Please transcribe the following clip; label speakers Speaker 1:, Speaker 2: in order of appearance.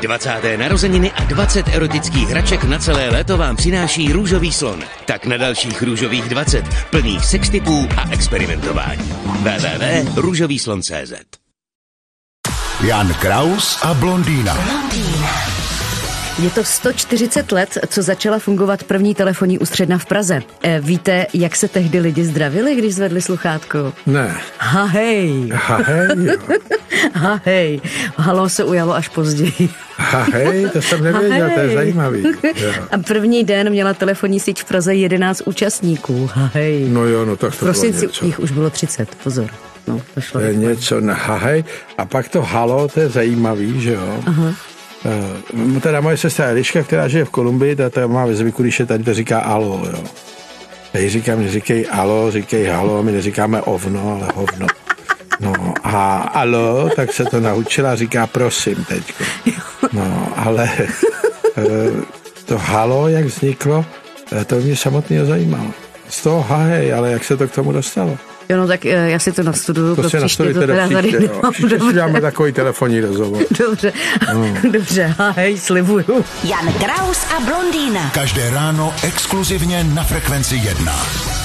Speaker 1: 20. narozeniny a 20 erotických hraček na celé léto vám přináší růžový slon. Tak na dalších růžových 20 plných sextipů a experimentování. www.růžovýslon.cz
Speaker 2: Jan Kraus a blondýna.
Speaker 3: Je to 140 let, co začala fungovat první telefonní ústředna v Praze. E, víte, jak se tehdy lidi zdravili, když zvedli sluchátko?
Speaker 4: Ne.
Speaker 3: Ha hej,
Speaker 4: Ha hej, jo.
Speaker 3: ha hej. Halo se ujalo až později.
Speaker 4: ha hej, to jsem nevěděl, to je
Speaker 3: Hej.
Speaker 4: zajímavý. Jo.
Speaker 3: A první den měla telefonní síť v Praze 11 účastníků. Ha hej.
Speaker 4: No jo, no tak to
Speaker 3: v
Speaker 4: bylo
Speaker 3: prosinci
Speaker 4: něco.
Speaker 3: jich už bylo 30, pozor. No, to šlo.
Speaker 4: To je Eh, něco na ha hej. A pak to halo, to je zajímavý, že jo. Aha. Teda moje sestra Eliška, která žije v Kolumbii, ta, ta má ve zvyku, když je tady, to říká alo, jo. Já jí říkám, neříkej alo, říkej halo, my neříkáme ovno, ale hovno. No a alo, tak se to naučila, říká prosím teď. No, ale eh, to halo, jak vzniklo, eh, to mě samotného zajímalo. Z toho hahej, ale jak se to k tomu dostalo?
Speaker 3: Jo, no tak e, já si to nastuduju
Speaker 4: To
Speaker 3: pro
Speaker 4: se
Speaker 3: příště, to
Speaker 4: nastudujte do
Speaker 3: teda tady
Speaker 4: příště, jo.
Speaker 3: nemám.
Speaker 4: Příště si
Speaker 3: Dobře.
Speaker 4: dáme No. takový telefonní rozhovor.
Speaker 3: Dobře, dobře, ha hej, slibuju.
Speaker 5: Jan Kraus a blondýna.
Speaker 2: Každé ráno exkluzivně na Frekvenci 1.